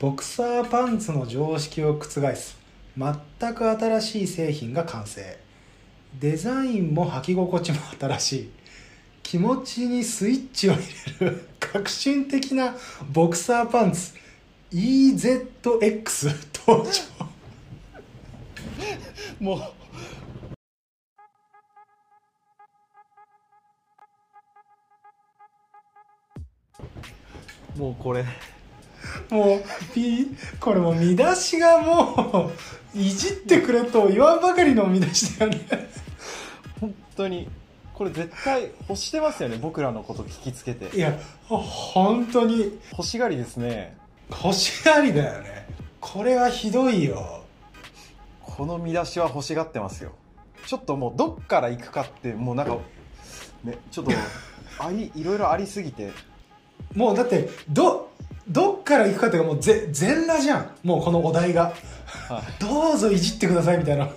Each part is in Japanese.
ボクサーパンツの常識を覆す全く新しい製品が完成デザインも履き心地も新しい気持ちにスイッチを入れる革新的なボクサーパンツ EZX 登場もうもうこれもう、ピこれもう見出しがもう、いじってくれと言わんばかりの見出しだよね。本当にこれ絶対欲してますよね僕らのこと聞きつけていや、ほ本当に、欲しがりですね欲しがりだよね。これはひどいよ。この見出しは欲しがってますよちょっともうどっから行くかってもうなんかねちょっとありいろいろありすぎてもうだって、ど、どっから行くかっていうかもうぜ全裸じゃん。もうこのお題が。はどうぞいじってくださいみたいな。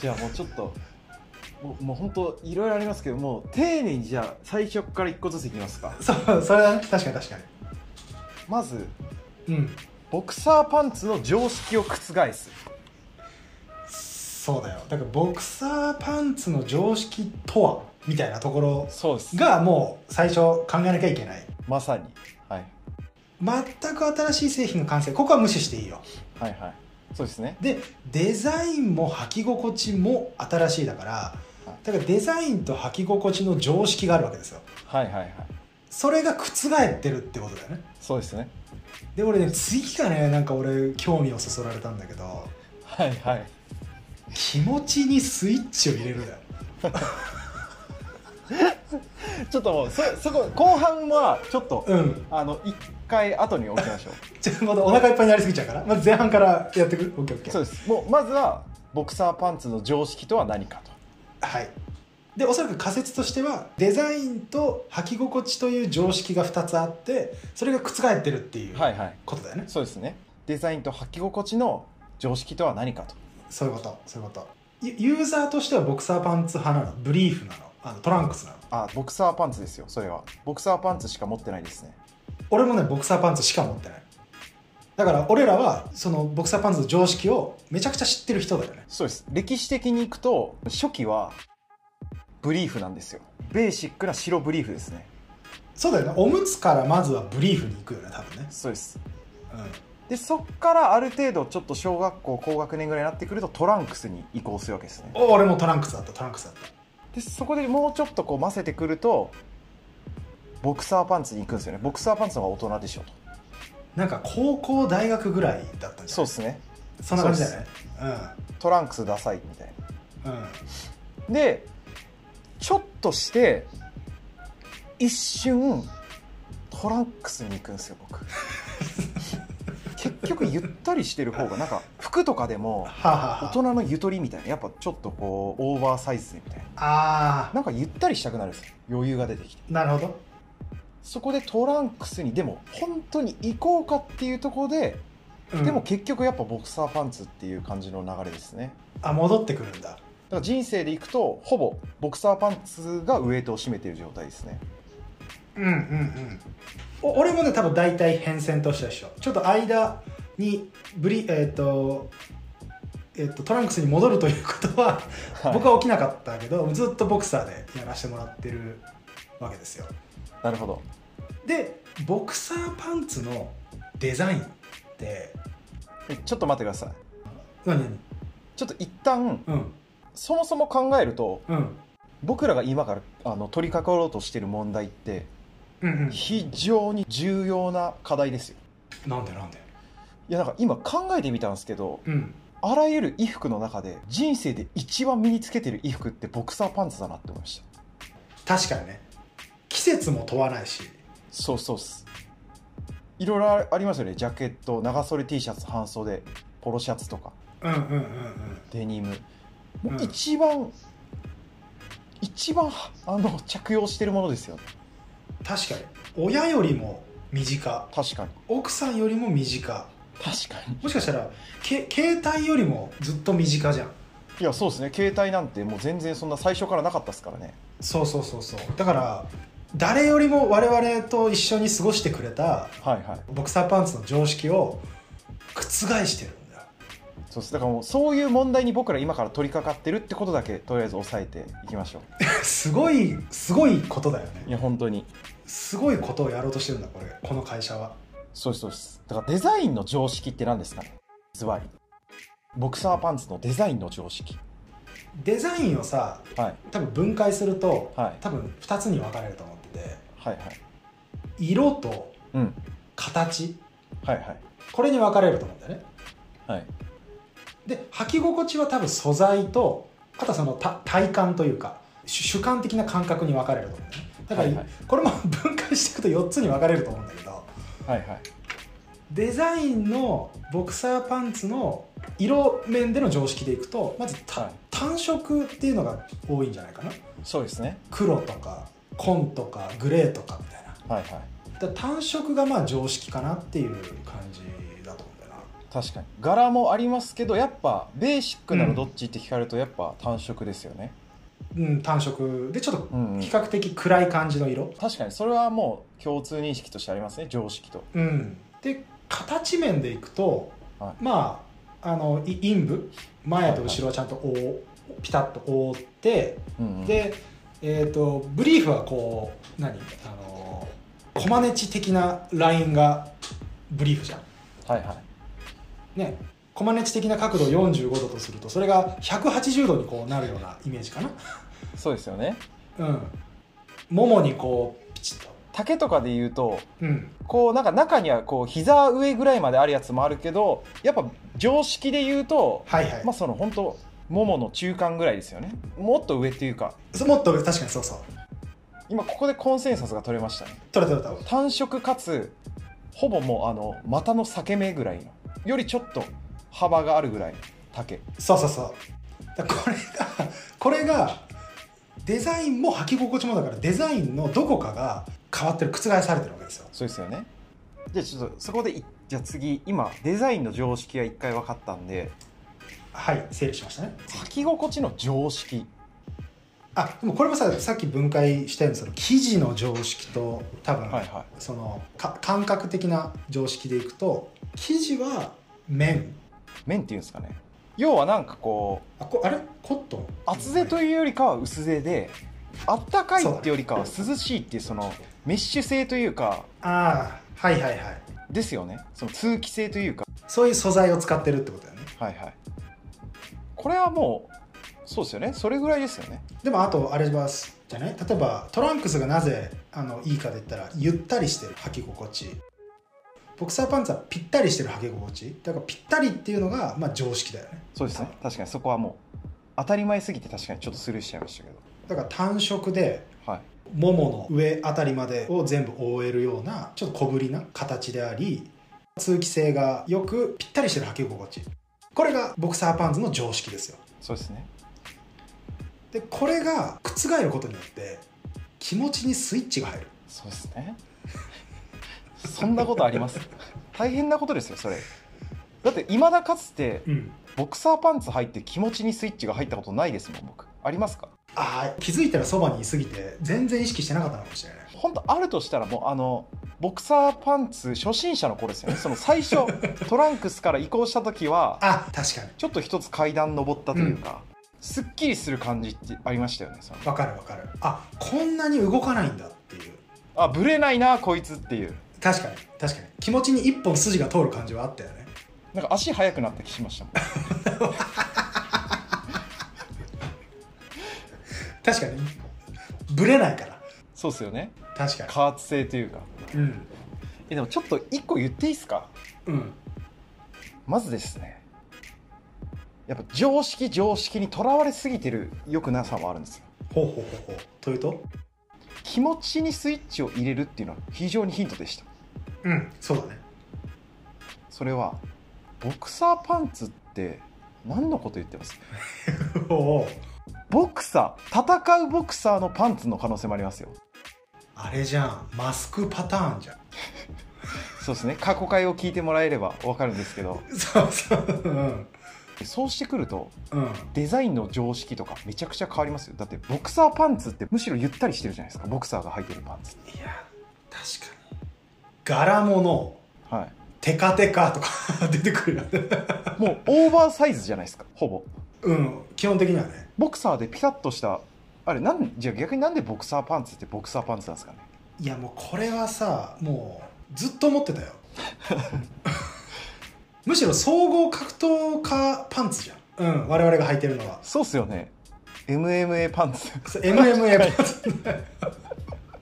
じゃあもうちょっともうもう本当いろいろありますけどもう丁寧にじゃあ最初から一個ずついきますかそう、それは確かに確かまずに。うん。ボクサーパンツの常識を覆すそうだよ。だからボクサーパンツの常識とはみたいなところそうですがもう最初考えなきゃいけない。まさに、はい、全く新しい製品の完成ここは無視していいよはいはいそうですねでデザインも履き心地も新しいだからだからデザインと履き心地の常識があるわけですよはいはいはいそれが覆ってるってことだよねそうですねで俺ね次がねなんか俺興味をそそられたんだけどはいはい気持ちにスイッチを入れるだよちょっともうそそこ後半はちょっと、うんあの一回後に置きま しょちょっとまたお腹いっぱいになりすぎちゃうから、まず前半からやってくる ?OKOK うそうですもうまずはボクサーパンツの常識とは何かとはいでおそらく仮説としてはデザインと履き心地という常識が2つあってそれが覆ってるっていうはいはいことだよね、そうですねデザインと履き心地の常識とは何かとそういうことそういうことユユーザーとしてはボクサーパンツ派なのブリーフなのあのトランクスなのあボクサーパンツですよそれはボクサーパンツしか持ってないですね俺もねボクサーパンツしか持ってないだから俺らはそのボクサーパンツの常識をめちゃくちゃ知ってる人だよねそうです歴史的にいくと初期はブリーフなんですよベーシックな白ブリーフですねそうだよねおむつからまずはブリーフに行くよね多分ねそうですうんでそっからある程度ちょっと小学校高学年ぐらいになってくるとトランクスに移行するわけですねお俺もトランクスだったトランクスだったでそこでもうちょっとこう混ぜてくるとボクサーパンツに行くんですよねボクサーパンツの方が大人でしょとなんか高校大学ぐらいだったんじゃそなういですねそんな感じだよねトランクスダサいみたいうんうんなでちょっとして一瞬トランクスに行くんですよ 僕結局ゆったりしてる方がなんか服とかでもはあ、はあ大は人のゆとりみたいなやっぱちょっとこうオーバーサイズみたいなあ、あなんかゆったりしたくなるんですよ余裕が出てきてーなるほどそこでトランクスにでも本当に行こうかっていうところで、うんでも結局やっぱボクサーパンツっていう感じの流れですねあ戻ってくるんだだから人生でいくとほぼボクサーパンツがウエイトを占めてる状態ですねうんうんうんお俺もね多分大体変遷としては一緒ちょっと間にブリえっ、とえっ、とトランクスに戻るということは、はい僕は起きなかったけどずっとボクサーでやらせてもらってるわけですよなるほどでボクサーパンツのデザインってえちょっと待ってください何ちょっと一旦何うんそもそも考えるとうん僕らが今からあの取り掛かろうとしてる問題ってうんうん非常に重要な課題ですよなんでなんでいやなんか今考えてみたんですけどうんあらゆる衣服の中で人生で一番身につけてる衣服ってボクサーパンツだなって思いました確かにね季節も問わないしそうそうっすいろいろありますよねジャケット長袖 T シャツ半袖ポロシャツとかうんうんうんうんデニムもううん一番、一番あの着用してるものですよね確かに親よりも身近確かに奥さんよりも身近確かにもしかしたらけ携帯よりもずっと身近じゃんいやそうですね携帯なんてもう全然そんな最初からなかったですからねそうそうそうそうだから誰よりも我々と一緒に過ごしてくれたはいはいボクサーパンツの常識を覆してるんだよ そうですだからもうそういう問題に僕ら今から取り掛かってるってことだけとりあえず押さえていきましょうすごいすごいことだよいねや本当にすごいことをやろうとしてるんだこれこの会社はそうですそうですだからデザインの常識って何ですかねズバリボクサーパンツのデザインの常識デザインをさはい多分分解すると、はい多分2つに分かれると思っててはいはい色とうん形はいはいこれに分かれると思うんだよねはいで履き心地は多分素材とあとはそのた体感というか主主観的な感覚に分かれると思うんだよねだから、はいはいこれも分解していくと4つに分かれると思うんだけどはいはいデザインのボクサーパンツの色面での常識でいくとまずた、はい単色っていうのが多いんじゃないかなそうですね黒とか紺とかグレーとかみたいなはいはいだから単色がまあ常識かなっていう感じだと思うんだよな確かに柄もありますけどやっぱベーシックなうのんどっちって聞かれるとやっぱ単色ですよね、うん単色でちょっとうんうん比較的暗い感じの色確かにそれはもう共通認識としてありますね常識とうんで形面でいくと、はまああのい陰部前と後ろはちゃんと覆う、ピタッと覆ってうんうんで、えー、とブリーフはこう何あのコマネチ的なラインがブリーフじゃんはいはいねコマネチ的な角度45度とするとそれが180度にこうなるようなイメージかなそうですよねうんももにこうピチッと竹とかで言うとうんこうなんか中にはこう膝上ぐらいまであるやつもあるけどやっぱ常識で言うとはいはい、まあその本当ももの中間ぐらいですよねもっと上っていうかそもっと確かにそうそう今ここでコンセンサスが取れましたね取れた取れ単色かつほぼもうあの股の裂け目ぐらいのよりちょっと幅があるぐらいの丈たそうそうそうだからこれがこれがデザインも履き心地もだからデザインのどこかが変わってる覆されてるわけですよそうですよねじゃあちょっとそこでいじゃあ次今デザインの常識が一回分かったんではい整理しましたね履き心地の常識あでもこれもささっき分解したようにその生地の常識と多分、はいはそのか感覚的な常識でいくと生地は綿い面っていうんですかね要はなんかこうあこあれコットン厚手とういうよりかは薄手であったかいっていうよりかはそ涼しいっていうそのメッシュ性というかああはいはいはいですよねその通気性というかそういう素材を使ってるってことだよねはいはいこれはもうそうですよねそれぐらいですよねでもあとあれはすじゃない例えばトランクスがなぜあのいいかで言ったらゆったりしてる履き心地ボクサーパンツはぴったりしてる履き心地だからぴったりっていうのが、まあ、常識だよねそうですね確かにそこはもう当たり前すぎて確かにちょっとスルーしちゃいましたけどだから単色ではいももの上あたりまでを全部覆えるようなちょっと小ぶりな形であり通気性がよくぴったりしてる履き心地これがボクサーパンツの常識ですよそうですねでこれが覆ることによって気持ちにスイッチが入るそうですねそんなことあります大変なことですよそれだっていまだかつてうんボクサーパンツ入って気持ちにスイッチが入ったことないですもん僕ありますかああ気づいたらそばにいすぎて全然意識してなかったのかもしれない本当あるとしたらもうあのボクサーパンツ初心者の頃ですよねその最初トランクスから移行した時はあ確かにちょっと一つ階段登ったというか、すっきりする感じってありましたよねそのわかるわかるあこんなに動かないんだっていうあぶれないなこいつっていう確かに確かに気持ちに一本筋が通る感じはあったよねなんか足速くなった気しましたもん確かにブレないからそうっすよね確か加圧性というかにうんえでもちょっと一個言っていいですかうんまずですねやっぱ常識常識にとらわれすぎてる良くなさもあるんですよほうほうほうほうというと気持ちにスイッチを入れるっていうのは非常にヒントでしたうんそうだねそれはボクサーパンツって何のこと言ってます おうおうボクサー戦うボクサーのパンツの可能性もありますよあれじゃんマスクパターンじゃん そうですね過去回を聞いてもらえれば分かるんですけどそうそううんそうしてくるとうんデザインの常識とかめちゃくちゃ変わりますよだってボクサーパンツってむしろゆったりしてるじゃないですかボクサーが履いてるパンツいや確かに柄物はテカテカとか 出てくるよねいもうオーバーサイズじゃないですかほぼうん基本的にはねボクサーでピタッとしたあれなんじゃあ逆になんでボクサーパンツってボクサーパンツなんですかねいやもうこれはさもうずっと思ってたよ むしろ総合格闘家パンツじゃんうん我々が履いてるのはそうっすよね MMA パンツそう MMA パンツ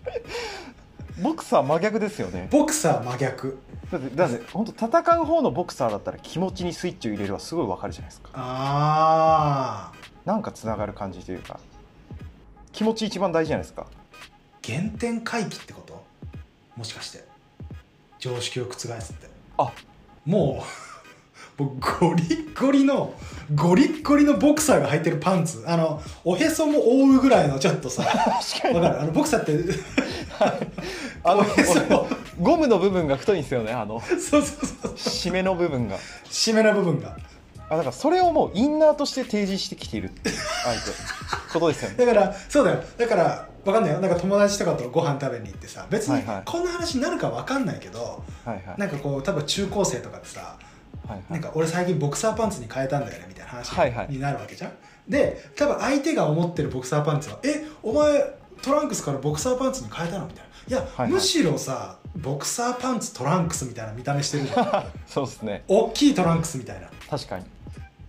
ボクサー真逆ですよねボクサー真逆だってだって本当戦う方のボクサーだったら気持ちにスイッチを入れるはすごいわかるじゃないですかああなんかつながる感じというか気持ち一番大事じゃないですか原点回帰ってこともしかして常識を覆すってあもう もうゴリッゴリのゴリッゴリのボクサーが履いてるパンツあのおへそも覆うぐらいのちょっとさ 確かわかるあのボクサーって あのおへそも ゴムの部分が太いんですよねあのそうそうそう締めの部分が締めの部分があだからそれをもうインナーとして提示してきているっていう相手ことですよねだからそうだよだからわかんないよなんか友達とかとご飯食べに行ってさ別にはいはいこんな話になるかわかんないけど、はいはいなんかこう多分中高生とかでさはいはなんいか俺最近ボクサーパンツに変えたんだよねみたいなはいは話いになるわけじゃん、で多分相手が思ってるボクサーパンツは「えお前トランクスからボクサーパンツに変えたの?」みたいな「いや、はいむしろさボクサーパンツトランクスみたいな見た目してるじ ゃんそうですね大きいトランクスみたいな」確かに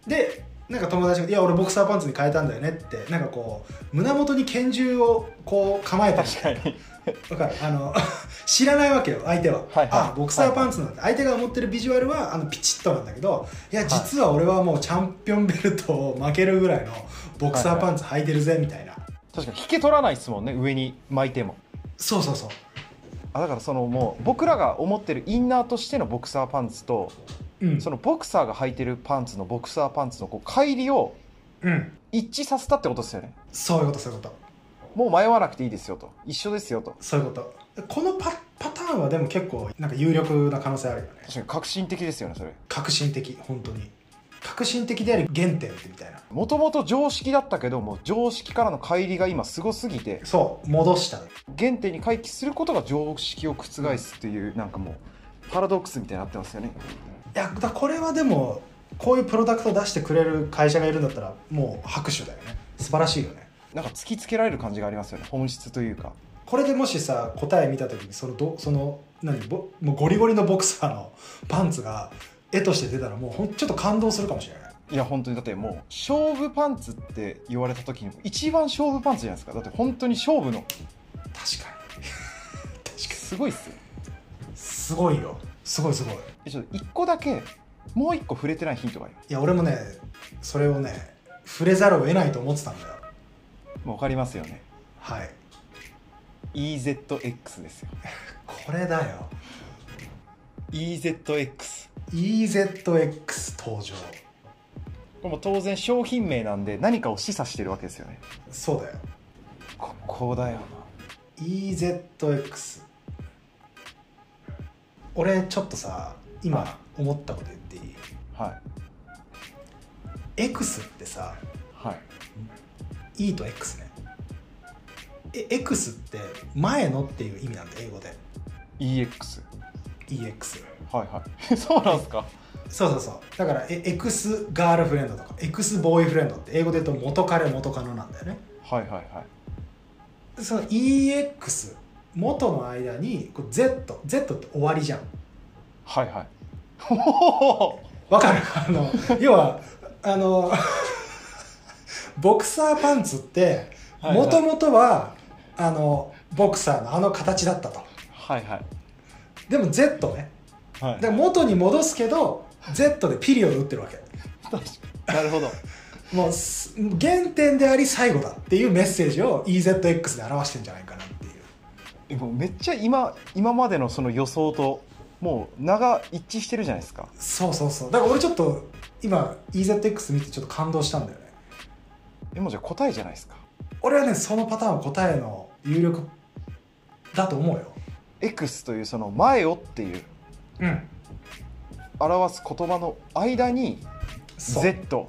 でなんか友達が「いや俺ボクサーパンツに変えたんだよね」ってなんかこう胸元に拳銃をこう構えたり確かにわかるあの 知らないわけよ相手は、はいはいあボクサーパンツなんだ、相手が持ってるビジュアルはあのピチッとなんだけどいやい実は俺はもうチャンピオンベルトを負けるぐらいのボクサーパンツ履いてるぜみたいな、確かに引け取らないですもんね上に巻いてもそうそうそうあだからそのもう僕らが思ってるインナーとしてのボクサーパンツとうんそのボクサーが履いてるパンツのボクサーパンツのこう乖離をうん一致させたってことですよねそういうことそういうこともう迷わなくていいですよと一緒ですよとそういうことこのパパターンはでも結構なんか有力な可能性あるよね確かに革新的ですよねそれ革新的本当に革新的であり原点ってみたいなもともと常識だったけども常識からの乖離が今すごすぎてそう戻した原点に回帰することが常識を覆すっていうなんかもうパラドックスみたいになってますよねいやだこれはでもこういうプロダクトを出してくれる会社がいるんだったらもう拍手だよね素晴らしいよねなんか突きつけられる感じがありますよね本質というかこれでもしさ答え見た時にそのどその何ぼもうゴリゴリのボクサーのパンツが絵として出たらもうほんちょっと感動するかもしれないいや本当にだってもう勝負パンツって言われた時に一番勝負パンツじゃないですかだって本当に勝負の確かに確かすごいっすよにすごいよすごいすごいえちょっと一個だけもう一個触れてないヒントがありますいや俺もねそれをね触れざるを得ないと思ってたんだよもう分かりますよねはい EZX ですよこれだよ EZX EZX 登場これも当然商品名なんで何かを示唆してるわけですよねそうだよここだよ EZX 俺ちょっとさ今思ったこと言っていいなはい X ってさはい E と X ねえ X って前のっていう意味なんだ英語で EX EX はいはい そうなんすかそうそうそうだからえ X ガールフレンドとか X ボーイフレンドって英語で言うと元彼元カノなんだよねはいはいはいその EX 元の間にこう Z Z って終わりじゃんはいはいおおわかるあの要はあのボクサーパンツってはいはいもともとはあのボクサーのあの形だったとはいはいでも Z ねはで元に戻すけど Z でピリオド打ってるわけ確かになるほどもうす原点であり最後だっていうメッセージを EZX で表してんじゃないかなっていうえもうめっちゃ今今までのその予想ともう名が一致してるじゃないですかそうそうそうだから俺ちょっと今 EZX 見てちょっと感動したんだよねえもうじゃあ答えじゃないですか俺はねそのパターンは答えの有力だと思うよ X というその前をっていううん表す言葉の間にそう Z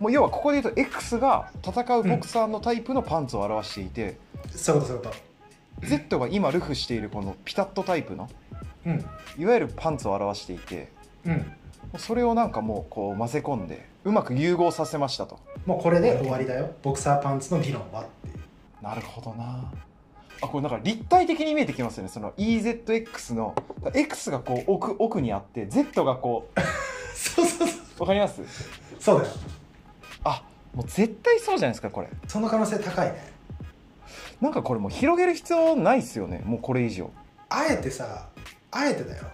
もう要はここで言うと X が戦うボクサーのタイプのパンツを表していて、そういうことそういうこと Z が今ルフしているこのピタッとタイプのうんいわゆるパンツを表していてうんもうそれをなんかもうこう混ぜ込んでうまく融合させましたともうこれで終わりだよボクサーパンツの議論は っていうなるほどなあこれなんか立体的に見えてきますよねその EZX の X がこう奥奥にあって Z がこそうそうそううわかります そうだよあもう絶対そうじゃないですかこれその可能性高いねなんかこれもう広げる必要ないっすよねもうこれ以上あえてさあえてだよ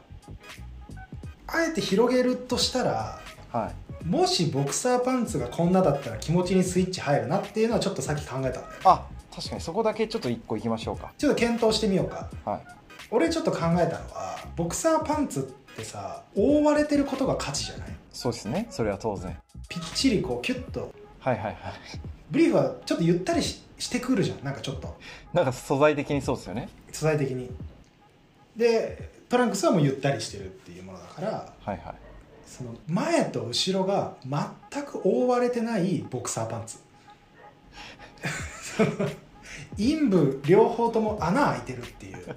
あえて広げるとしたらはいもしボクサーパンツがこんなだったら気持ちにスイッチ入るなっていうのはちょっとさっき考えたんだよあ確かにそこだけちょっと一個いきましょうかちょっと検討してみようかはい俺ちょっと考えたのはボクサーパンツってさ覆われてることが価値じゃないそうですねそれは当然ぴっちりこうキュッとはい はいはいブリーフはちょっとゆったりししてくるじゃんなんかちょっとなんか素材的にそうですよね素材的にでトランクスはもうゆったりしてるっていうものだからはいはいその前と後ろが全く覆われてないボクサーパンツ その陰部両方とも穴開いてるっていう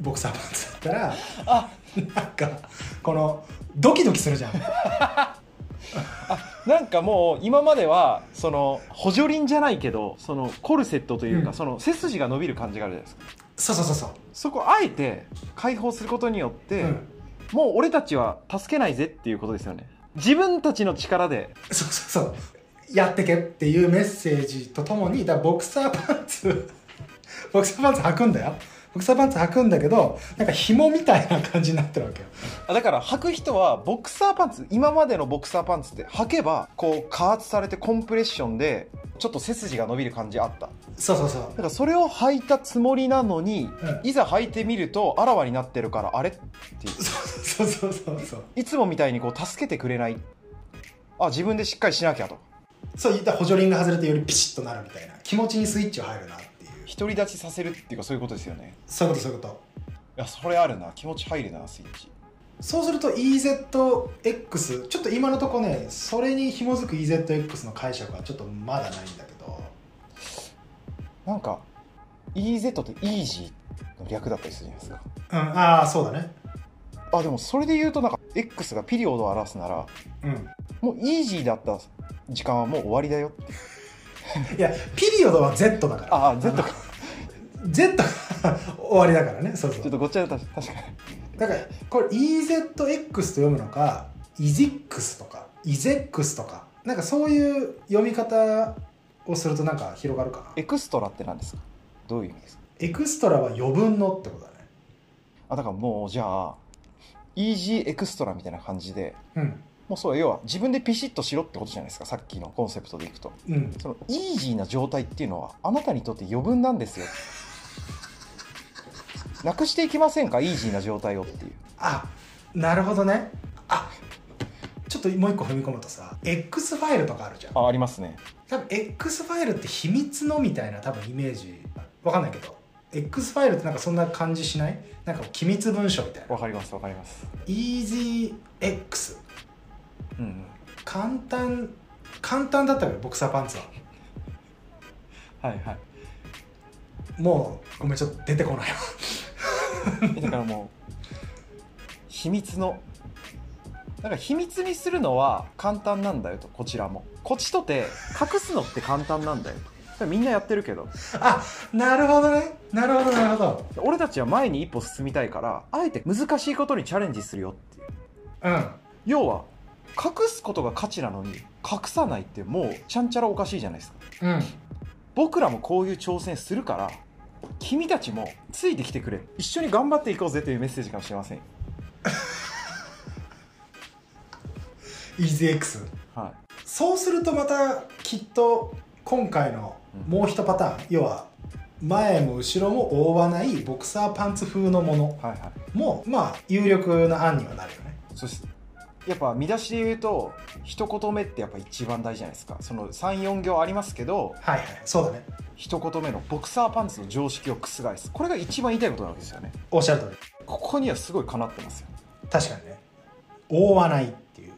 ボクサーパンツだったらあなんかこのドキドキするじゃんなんかもう今まではその補助輪じゃないけどそのコルセットというか、うんその背筋が伸びる感じがあるじゃないですかそうそうそうそう、そこをあえて解放することによって、うん、もう俺たちは助けないぜっていうことですよね自分たちの力でそうそうそうやってけっていうメッセージとともにだからボクサーパンツ ボクサーパンツ履くんだよボクサーパンツ履くんだけどなんか紐みたいな感じになってるわけよあだから履く人はボクサーパンツ今までのボクサーパンツって履けばこう加圧されてコンプレッションでちょっと背筋が伸びる感じあっただそうそうそうからそれを履いたつもりなのに、うんいざ履いてみるとあらわになってるからあれっていうそうそうそうそういつもみたいにこう助けてくれないあ自分でしっかりしなきゃとそういった補助輪が外れてよりピシッとなるみたいな気持ちにスイッチが入るなっていう独り立ちさせるっていうかそういうことですよねそういうことそういうこといやそれあるな気持ち入るなスイッチそうすると EZX ちょっと今のとこねそれに紐づく EZX の解釈はちょっとまだないんだけどなんか EZ ってイージーの略だったりするじゃないですかうんああそうだねあでもそれで言うとなんか X がピリオドを表すならうんもうイージーだった時間はもう終わりだよいやピリオドは Z だからああ Z か Z が 終わりだからねそうちそょっうとごっちゃだった確かにだからこれ EZX と読むのか EZX とか EZX とかなんかそういう読み方をするとなんか広がるかなエクストラって何ですかどういう意味ですかエクストラは余分のってことだねあだからもうじゃあイージーエクストラみたいな感じでうんもうそう要は自分でピシッとしろってことじゃないですかさっきのコンセプトでいくとうんそのイージーな状態っていうのはあなたにとって余分なんですよなくしていきませんかイージーな状態をっていうあなるほどねあちょっともう一個踏み込むとさ X ファイルとかあるじゃんあありますね多分 X ファイルって秘密のみたいな多分イメージわかんないけど X ファイルってなんかそんな感じしないなんか機密文書みたいなわかりますわかります、 EasyX うんうん、簡単簡単だったよボクサーパンツははいはいもうごめんちょっと出てこないわえだからもう秘密のだから秘密にするのは簡単なんだよとこちらもこっちとて隠すのって簡単なんだよとだからみんなやってるけどあなるほどねなるほどなるほど俺たちは前に一歩進みたいからあえて難しいことにチャレンジするよっていううん要は隠すことが価値なのに隠さないってもうちゃんちゃらおかしいじゃないですかうん僕らもこういう挑戦するから君たちもついてきてくれ一緒に頑張っていこうぜというメッセージかもしれませんよ EasyX はいそうするとまたきっと今回のもう一パターン、要は前も後ろも覆わないボクサーパンツ風のものはいはいもまあ有力な案にはなるよねそしてやっぱ見出しで言うと一言目ってやっぱ一番大事じゃないですかその34行ありますけどはいはいそうだね一言目のボクサーパンツの常識を覆すこれが一番言いたいことなわけですよねおっしゃる通りここにはすごいかなってますよ確かにね覆わないっていう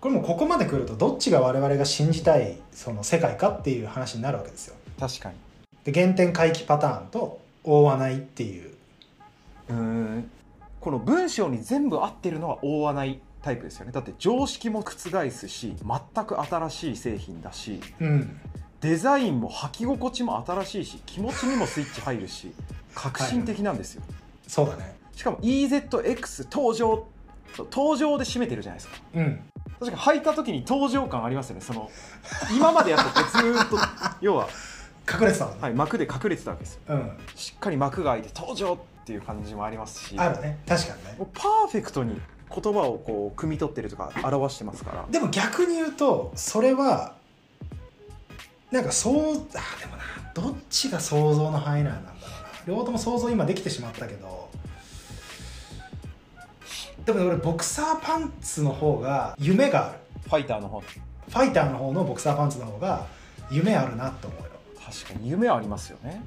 これもうここまで来るとどっちが我々が信じたいその世界かっていう話になるわけですよ確かにで原点回帰パターンと覆わないっていううーんこの文章に全部合ってるのは覆わないタイプですよねだって常識も覆すし全く新しい製品だしうんデザインも履き心地も新しいし気持ちにもスイッチ入るし革新的なんですよ、そうだねしかも EZX 登場登場で締めてるじゃないですかうん確か履いた時に登場感ありますよねその今までやったってずーっと要は、隠れてたもんね、はい、幕で隠れてたわけですようんしっかり幕が開いて登場っていう感じもありますしあるね確かにねもうパーフェクトに言葉をこう汲み取ってるとか表してますからでも逆に言うとそれはなんかそうあでもなどっちが想像の範囲内なんだろうな両方とも想像今できてしまったけどでもね俺ボクサーパンツの方が夢があるファイターの方ファイターの方のボクサーパンツの方が夢あるなと思うよ確かに夢はありますよね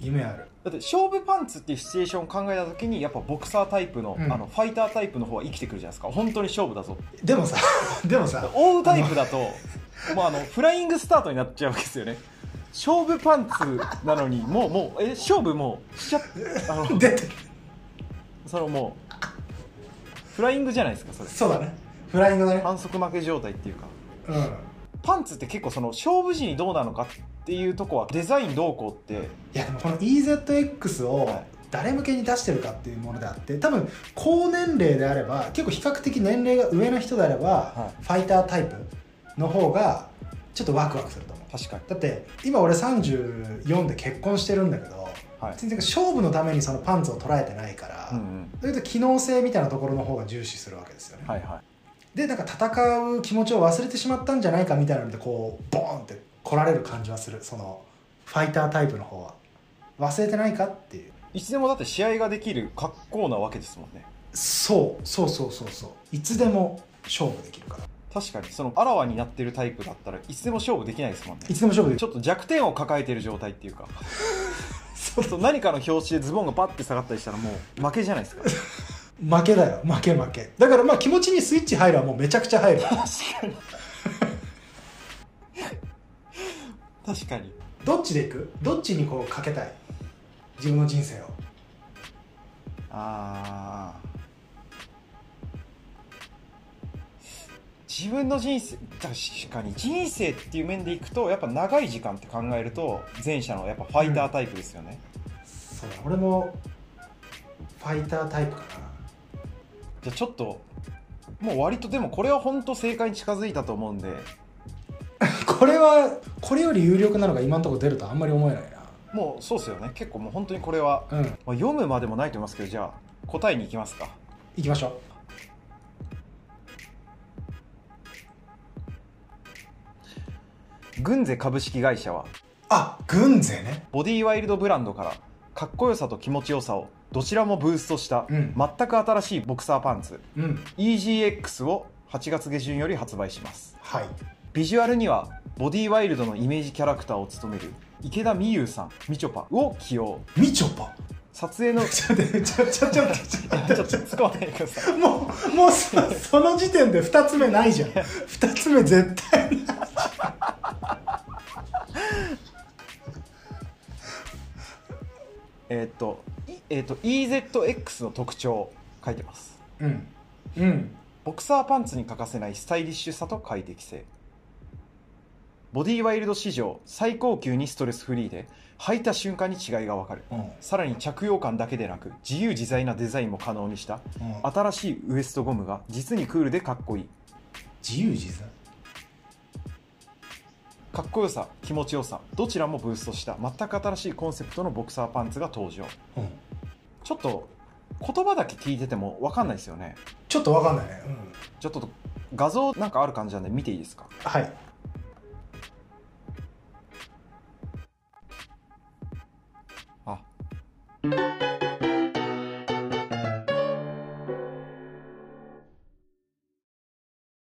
夢あるだって勝負パンツっていうシチュエーションを考えた時にやっぱボクサータイプの,、うんあのファイタータイプの方は生きてくるじゃないですか本当に勝負だぞってでもさ でもさ追うタイプだともうあのフライングスタートになっちゃうわけですよね勝負パンツなのにもうもうえ勝負もうしちゃっ あの出てるそのもうフライングじゃないですかそれそうだねフライングだね反則負け状態っていうかうんパンツって結構その勝負時にどうなのかっていうとこはデザインどうこうっていやでもこの EZX はをい誰向けに出してるかっていうものであって多分高年齢であれば結構比較的年齢が上の人であれば、はファイタータイプの方がちょっとワクワクすると思う確かにだって今俺34で結婚してるんだけど、はい全然勝負のためにそのパンツを捉えてないから、うんうんそれと機能性みたいなところの方が重視するわけですよね、はいはでなんか戦う気持ちを忘れてしまったんじゃないかみたいなのでこうボーンって来られる感じはするそのファイタータイプの方は忘れてないかっていういいつでもだって試合ができる格好なわけですもんねそうそうそうそうそういつでも勝負できるから確かにそのあらわになってるタイプだったらいつでも勝負できないですもんねいつでも勝負できちるょっと弱点を抱えてる状態っていうかそうそう何かの表紙でズボンがパッて下がったりしたらもう負けじゃないですか負けだよ負け負けだからまあ気持ちにスイッチ入るはもうめちゃくちゃ入る確かに確かにどっちでいくどっちにこうかけたい自分の人生をあー自分の人生確かに人生っていう面でいくとやっぱ長い時間って考えると前者のやっぱファイタータイプですよね、そうだ俺もファイタータイプかじゃあちょっともう割とでもこれは本当正解に近づいたと思うんでなこれはこれより有力なのが今のところ出るとあんまり思えないもうそうですよね結構もう本当にこれは、なうんまあ、読むまでもないと思いますけどじゃあ答えに行きますか行きましょ軍勢株式会社はうあ軍勢ねボディワイルドブランドからかっこよさと気持ちよさをどちらもブーストしたうん全く新しいボクサーパンツうん EGX を8月下旬より発売しますはいビジュアルにはボディワイルドのイメージキャラクターを務める池田美優さんみちょぱを起用みちょぱ 撮影の ちちょっと待ってちょちょちょちょょっと使わないでくださいもうもうそその時点で2つ目ないじゃん2つ目絶対ないえーっと,、いえーっと EZX の特徴書いてますうんうんボクサーパンツに欠かせないスタイリッシュさと快適性ボディワイルド史上最高級にストレスフリーで履いた瞬間に違いがわかるうんさらに着用感だけでなく自由自在なデザインも可能にした新しいウエストゴムが実にクールでかっこいい自由自在かっこよさ気持ちよさどちらもブーストした全く新しいコンセプトのボクサーパンツが登場うんちょっと言葉だけ聞いてても分かんないですよねちょっとわかんないね、うん、ちょっと画像なんかある感じなんで見ていいですかはいあ